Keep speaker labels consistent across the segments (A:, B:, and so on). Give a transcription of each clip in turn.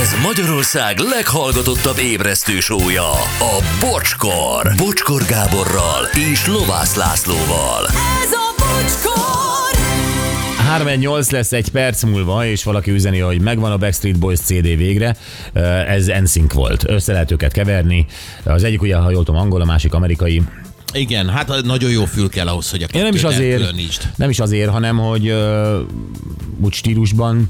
A: Ez Magyarország leghallgatottabb ébresztő sója, a Bocskor. Bocskor Gáborral és Lovász Lászlóval.
B: Ez a bocskor!
C: 38 lesz egy perc múlva, és valaki üzeni, hogy megvan a Backstreet Boys CD végre. Ez NSYNC volt. Össze lehet őket keverni. Az egyik ugye, ha jól tudom, angol, a másik amerikai.
D: Igen, hát nagyon jó fül kell ahhoz, hogy a
C: Én nem is
D: kettőt
C: azért,
D: elkülönítsd.
C: nem is azért, hanem hogy ö, úgy stílusban,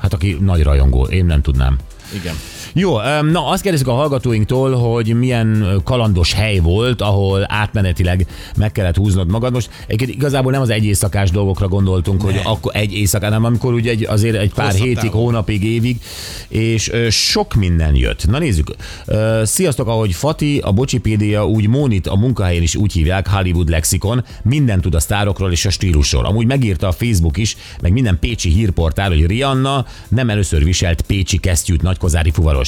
C: hát aki nagy rajongó, én nem tudnám.
D: Igen.
C: Jó, öm, na azt kérdezzük a hallgatóinktól, hogy milyen ö, kalandos hely volt, ahol átmenetileg meg kellett húznod magad. Most egyébként igazából nem az egy éjszakás dolgokra gondoltunk, hogy akkor egy éjszakán, hanem amikor ugye egy, azért egy pár
D: Hosszabb
C: hétig,
D: távon.
C: hónapig, évig, és ö, sok minden jött. Na nézzük. Ö, Sziasztok, ahogy Fati, a Bocsipédia úgy Mónit a munkahelyén is úgy hívják, Hollywood lexikon, minden tud a sztárokról és a stílusról. Amúgy megírta a Facebook is, meg minden pécsi hírportál, hogy Rihanna nem először viselt pécsi kesztyűt nagykozári fuvaros.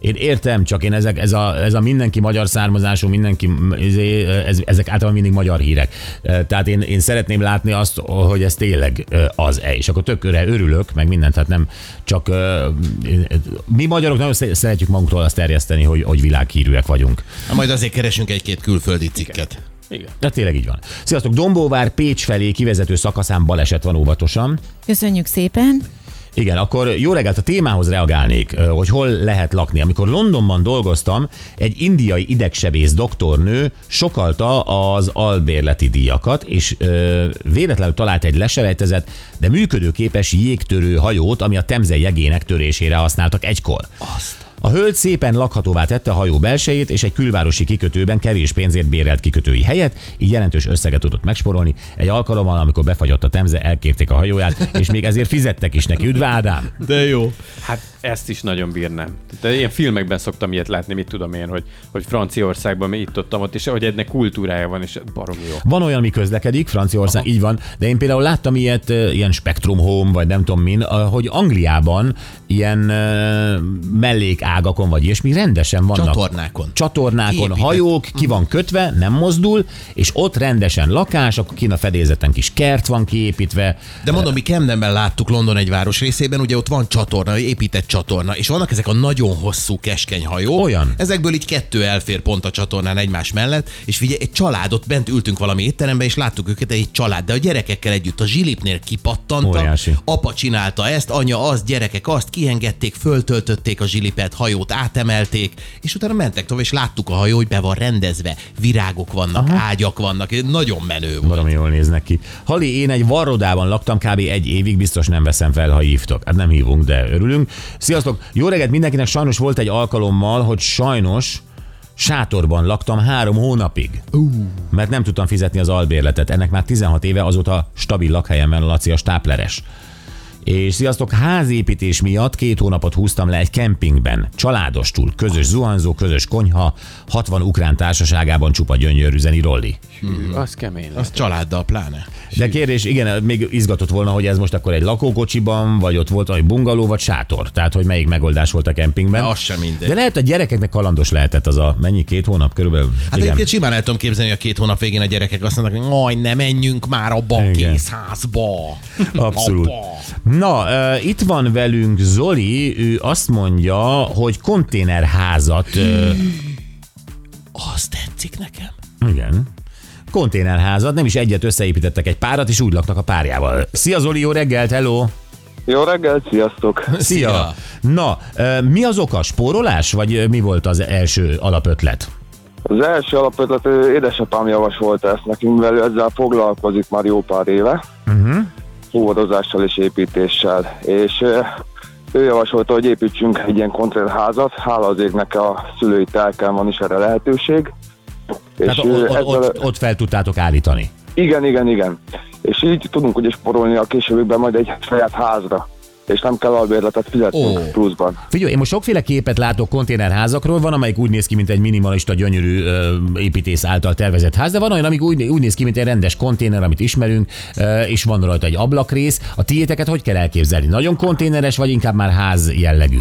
C: Én értem, csak én ezek, ez, a, ez a mindenki magyar származású, mindenki, izé, ez, ezek általában mindig magyar hírek. E, Tehát én, én szeretném látni azt, hogy ez tényleg e, az-e. És akkor tökre örülök, meg mindent, tehát nem csak... e, Mi magyarok nagyon sze- szeretjük magunktól azt terjeszteni, hogy, hogy világhírűek vagyunk.
D: Na, majd azért keresünk egy-két külföldi cikket.
C: De tényleg így van. Sziasztok, Dombóvár Pécs felé kivezető szakaszán baleset van óvatosan.
B: Köszönjük szépen!
C: Igen, akkor jó reggelt, a témához reagálnék, ö, hogy hol lehet lakni. Amikor Londonban dolgoztam, egy indiai idegsebész doktornő sokalta az albérleti díjakat, és ö, véletlenül talált egy leselejtezett, de működőképes jégtörő hajót, ami a temze jegének törésére használtak egykor. Azt. A hölgy szépen lakhatóvá tette a hajó belsejét, és egy külvárosi kikötőben kevés pénzért bérelt kikötői helyet, így jelentős összeget tudott megsporolni. Egy alkalommal, amikor befagyott a temze, elkérték a hajóját, és még ezért fizettek is neki. Üdv Ádám!
D: De jó.
E: Hát ezt is nagyon bírnám. De ilyen filmekben szoktam ilyet látni, mit tudom én, hogy, hogy Franciaországban mi itt ott, ott, és hogy ennek kultúrája van, és barom jó.
C: Van olyan, ami közlekedik, Franciaország, így van, de én például láttam ilyet, ö, ilyen Spectrum Home, vagy nem tudom min, ö, hogy Angliában ilyen ö, mellékágakon, vagy ilyesmi rendesen vannak.
D: Csatornákon.
C: Csatornákon,
D: Kiépített.
C: hajók, ki van kötve, nem mozdul, és ott rendesen lakás, akkor kin a fedélzeten kis kert van kiépítve.
D: De mondom, mi Camdenben láttuk London egy város részében, ugye ott van csatorna, épített csatorna, és vannak ezek a nagyon hosszú, keskeny hajók.
C: Olyan.
D: Ezekből így kettő elfér pont a csatornán egymás mellett, és figyelj, egy családot bent ültünk valami étterembe, és láttuk őket egy család, de a gyerekekkel együtt a zsilipnél kipattantak.
C: Óriási.
D: Apa csinálta ezt, anya azt, gyerekek azt, kiengedték, föltöltötték a zsilipet, hajót átemelték, és utána mentek tovább, és láttuk a hajó, hogy be van rendezve, virágok vannak, Aha. ágyak vannak, nagyon menő volt.
C: Valami jól néznek ki. Hali, én egy varrodában laktam kb. egy évig, biztos nem veszem fel, ha hívtok. Hát nem hívunk, de örülünk. Sziasztok! Jó reggelt mindenkinek, sajnos volt egy alkalommal, hogy sajnos sátorban laktam három hónapig. Uh. Mert nem tudtam fizetni az albérletet. Ennek már 16 éve azóta stabil lakhelyemen a Laci a stápleres. És sziasztok, házépítés miatt két hónapot húztam le egy kempingben. Családostul, közös zuhanzó, közös konyha, 60 ukrán társaságában csupa gyönyör üzeni Rolli.
D: Mhm.
E: Mm. Az kemény.
D: Az családdal pláne.
C: De kérdés, igen, még izgatott volna, hogy ez most akkor egy lakókocsiban, vagy ott volt egy bungaló, vagy sátor. Tehát, hogy melyik megoldás volt a kempingben.
D: De az sem mindegy.
C: De lehet, a gyerekeknek kalandos lehetett az a mennyi, két hónap körülbelül.
D: Hát Igen. egyébként simán el tudom képzelni, hogy a két hónap végén a gyerekek azt mondnak, hogy majd ne menjünk már abba a
C: Igen.
D: készházba.
C: Abszolút. Na, uh, itt van velünk Zoli, ő azt mondja, hogy konténerházat, uh,
D: Az tetszik nekem.
C: igen, konténerházat, nem is egyet összeépítettek egy párat, és úgy laknak a párjával. Szia Zoli, jó reggelt, hello!
F: Jó reggelt, sziasztok!
C: Szia!
D: Szia.
C: Na, ö, mi az oka? Spórolás? Vagy ö, mi volt az első alapötlet?
F: Az első alapötlet ö, édesapám javasolta ezt nekünk, mivel ő ezzel foglalkozik már jó pár éve, uh-huh.
C: Mhm.
F: fuvarozással és építéssel, és ö, ő javasolta, hogy építsünk egy ilyen kontrérházat, hála az égnek a szülői telken van is erre lehetőség.
C: Tehát
F: ö,
C: ott,
F: ezzel-
C: ott, ott fel tudtátok állítani.
F: Igen, igen, igen. És így tudunk ugye sporolni a későbbiekben majd egy saját házra, és nem kell albérletet fizetnünk
D: Ó.
F: oh. pluszban.
C: Figyelj, én most sokféle képet látok konténerházakról, van amelyik úgy néz ki, mint egy minimalista, gyönyörű ö, építész által tervezett ház, de van olyan, amik úgy, úgy néz ki, mint egy rendes konténer, amit ismerünk, ö, és van rajta egy ablakrész. A tiéteket hogy kell elképzelni? Nagyon konténeres, vagy inkább már ház jellegű?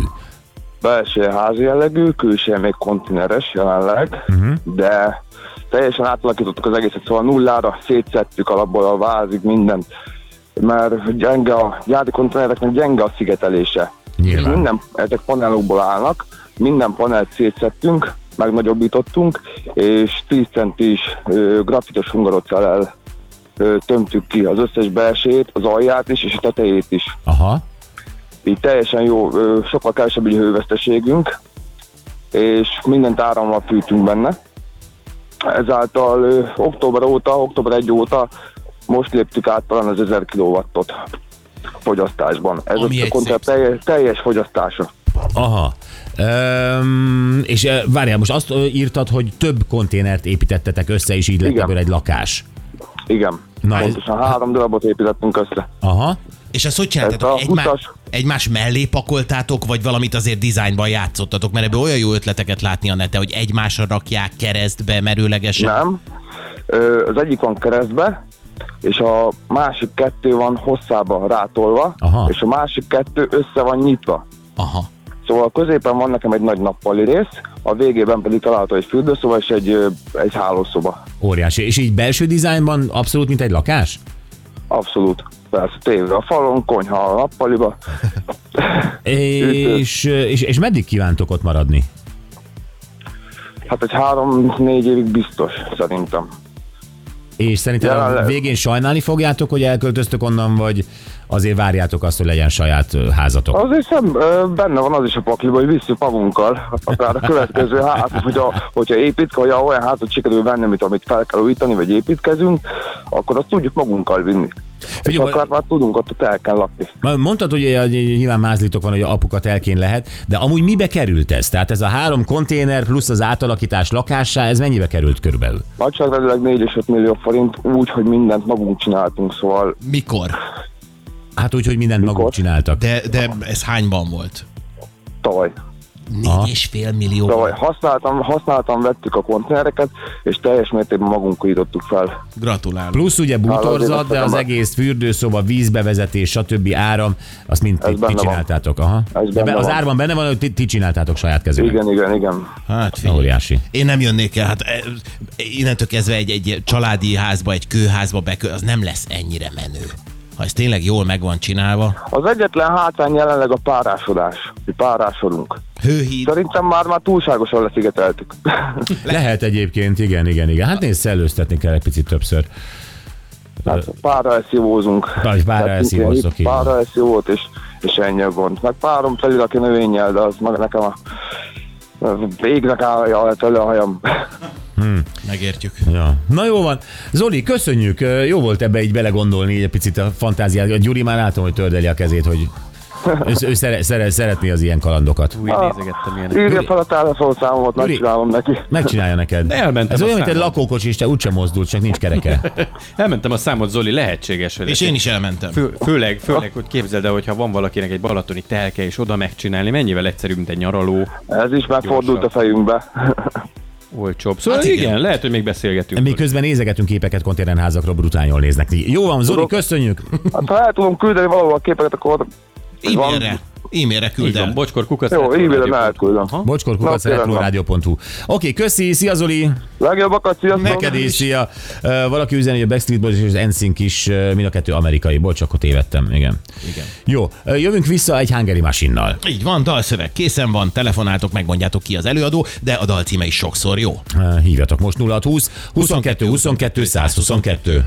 F: Belső házi jellegű, külső még kontineres jelenleg, uh-huh. de teljesen átalakítottuk az egészet, szóval nullára szétszettük alapból a vázig mindent, mert gyenge a gyári kontinereknek gyenge a szigetelése. és
C: Nyilván.
F: minden, ezek panelokból állnak, minden panelt szétszettünk, megnagyobbítottunk, és 10 centis ö, grafitos hungarocellel ö, tömtük ki az összes belsejét, az alját is, és a tetejét is.
C: Aha.
F: Így teljesen jó, ö, sokkal kevesebb így hőveszteségünk, és mindent árammal fűtünk benne. Ezáltal ö, október óta, október 1 óta most léptük át talán az 1000 kW-ot fogyasztásban. Ez
D: Ami
F: a
D: egy
F: kontra
D: szép
F: teljes, teljes fogyasztása.
C: Aha. Öm, és ö, várjál, most azt ö, írtad, hogy több konténert építettetek össze, és így lett
F: Igen.
C: ebből egy lakás.
F: Igen.
C: Na, ez-
F: Pontosan három darabot építettünk össze.
C: Aha.
D: És ezt hogy
F: Ez a
D: csináltátok? Egymá-
F: utas-
D: egymás mellé pakoltátok, vagy valamit azért dizájnban játszottatok? Mert ebből olyan jó ötleteket látni a nete, hogy egymásra rakják keresztbe merőlegesen.
F: Nem. Ö, az egyik van keresztbe, és a másik kettő van hosszába rátolva,
C: Aha.
F: és a másik kettő össze van nyitva.
D: Aha.
F: Szóval középen van nekem egy nagy nappali rész, a végében pedig található egy fürdőszoba és egy, ö, egy hálószoba.
C: Óriási. És így belső dizájnban abszolút, mint egy lakás?
F: Abszolút. Persze, tévé a falon, konyha a nappaliba.
C: És, ö, és, és meddig kívántok ott maradni?
F: Hát egy három-négy évig biztos, szerintem.
C: És szerintem a
F: Jelenleg.
C: végén sajnálni fogjátok, hogy elköltöztök onnan, vagy azért várjátok azt, hogy legyen saját ö, házatok?
F: Azért szem, ö, benne van az is a pakliba, hogy visszük magunkkal, akár a következő házat, hogyha, hogyha építke, hogyha olyan házat sikerül venni, amit, amit fel kell újítani, vagy építkezünk, akkor azt tudjuk magunkkal vinni.
C: Figyelj,
F: Figyelj, és akár már tudunk ott a telken lakni.
C: Ma Mondtad, hogy ilyen- nyilván mázlitok van, hogy apukat elkén lehet, de amúgy mibe került ez? Tehát ez a három konténer plusz az átalakítás lakássá, ez mennyibe került körülbelül?
F: Nagyságrendileg 4 és 5 millió forint, úgy, hogy mindent magunk csináltunk, szóval
D: Mikor?
C: Hát úgy, hogy mindent maguk
F: Mikor?
C: csináltak.
D: De, de ez hányban volt?
F: tavaly.
C: Aha.
D: Négy és fél millió.
F: Tavaly használtam, használtam, vettük a konténereket, és teljes mértékben magunk újítottuk fel.
D: Gratulálok.
C: Plusz ugye bútorzat, de az egész fürdőszoba, vízbevezetés, stb. áram, azt mind ti,
F: Ez
C: ti
F: benne van.
C: csináltátok. Aha.
F: Ez
C: De be,
F: benne
C: az
F: van.
C: árban benne van, hogy ti, ti csináltátok saját kezükkel.
F: Igen, igen, igen.
D: Hát figyelj.
C: Óriási.
D: Én nem jönnék el, hát eh, innentől kezdve egy, egy családi házba, egy kőházba bekö, az nem lesz ennyire menő. Ha ez tényleg jól meg van csinálva,
F: Az egyetlen hátrány jelenleg a párásodás. Mi párásodunk.
D: hőhíd,
F: Szerintem már már túlságosan leszigeteltük.
C: Lehet egyébként, igen, igen, igen. Hát nézd, szellőztetni kell egy picit többször.
F: Hát párra elszívózunk.
C: párra
F: Tehát
C: elszívóztok, így
F: így Párra elszívót, és, és ennyi a gond. Meg párom feliraki növényel, de az meg nekem a a végnek állja tele a hajam.
D: megértjük.
C: Ja. Na jó van. Zoli, köszönjük. Ö, Jó volt ebbe így belegondolni így egy picit a fantáziát. A Gyuri már látom, hogy tördeli a kezét, hogy ő, ő szere, szere, szeretné az ilyen kalandokat.
E: Új, nézegettem ilyenek.
F: Írja fel a telefonszámomat, megcsinálom neki.
C: Megcsinálja neked.
E: Elmentem
C: Ez olyan, mint egy
E: aztán.
C: lakókocsis, te úgysem mozdult, csak nincs kereke.
E: Elmentem a számot, Zoli, lehetséges, hogy
D: És
E: lesz.
D: én is elmentem.
E: Fő, főleg, főleg, hogy képzeld el, hogyha van valakinek egy balatoni telke, és oda megcsinálni, mennyivel egyszerűbb, mint egy nyaraló,
F: Ez is megfordult a fejünkbe.
E: olcsóbb. Szóval
D: Hát igen.
E: hát igen. igen. lehet, hogy még beszélgetünk.
C: Mi közben nézegetünk képeket konténerházakról, brutáljon néznek ki. Jó van, Zoli,
F: Tudok.
C: köszönjük.
F: Hát, ha el tudom küldeni valahol a képeket, akkor
D: E-mailre, e-mailre
E: Így
D: küld
E: van,
D: el.
E: bocskor kukasz.
F: jó,
E: retro
F: e-mailen
E: rádió.
F: elküldöm.
E: Aha.
C: Bocskor kukac,
F: Na, tényleg van.
C: retrorádió.hu. Oké, köszi, szia Zoli.
F: Legjobbakat, sziasztok!
C: Neked is, szia. Ö, Valaki üzeni, hogy a Backstreet Boys és az NSYNC is, ö, mind a kettő amerikai. Bocs, akkor tévedtem, igen.
D: Igen.
C: Jó, ö, jövünk vissza egy Hungary Machine-nal.
D: Így van, dalszöveg készen van, telefonáltok, megmondjátok ki az előadó, de a dal címe is sokszor jó.
C: Ö, Hívjatok most 0620 22 22 122.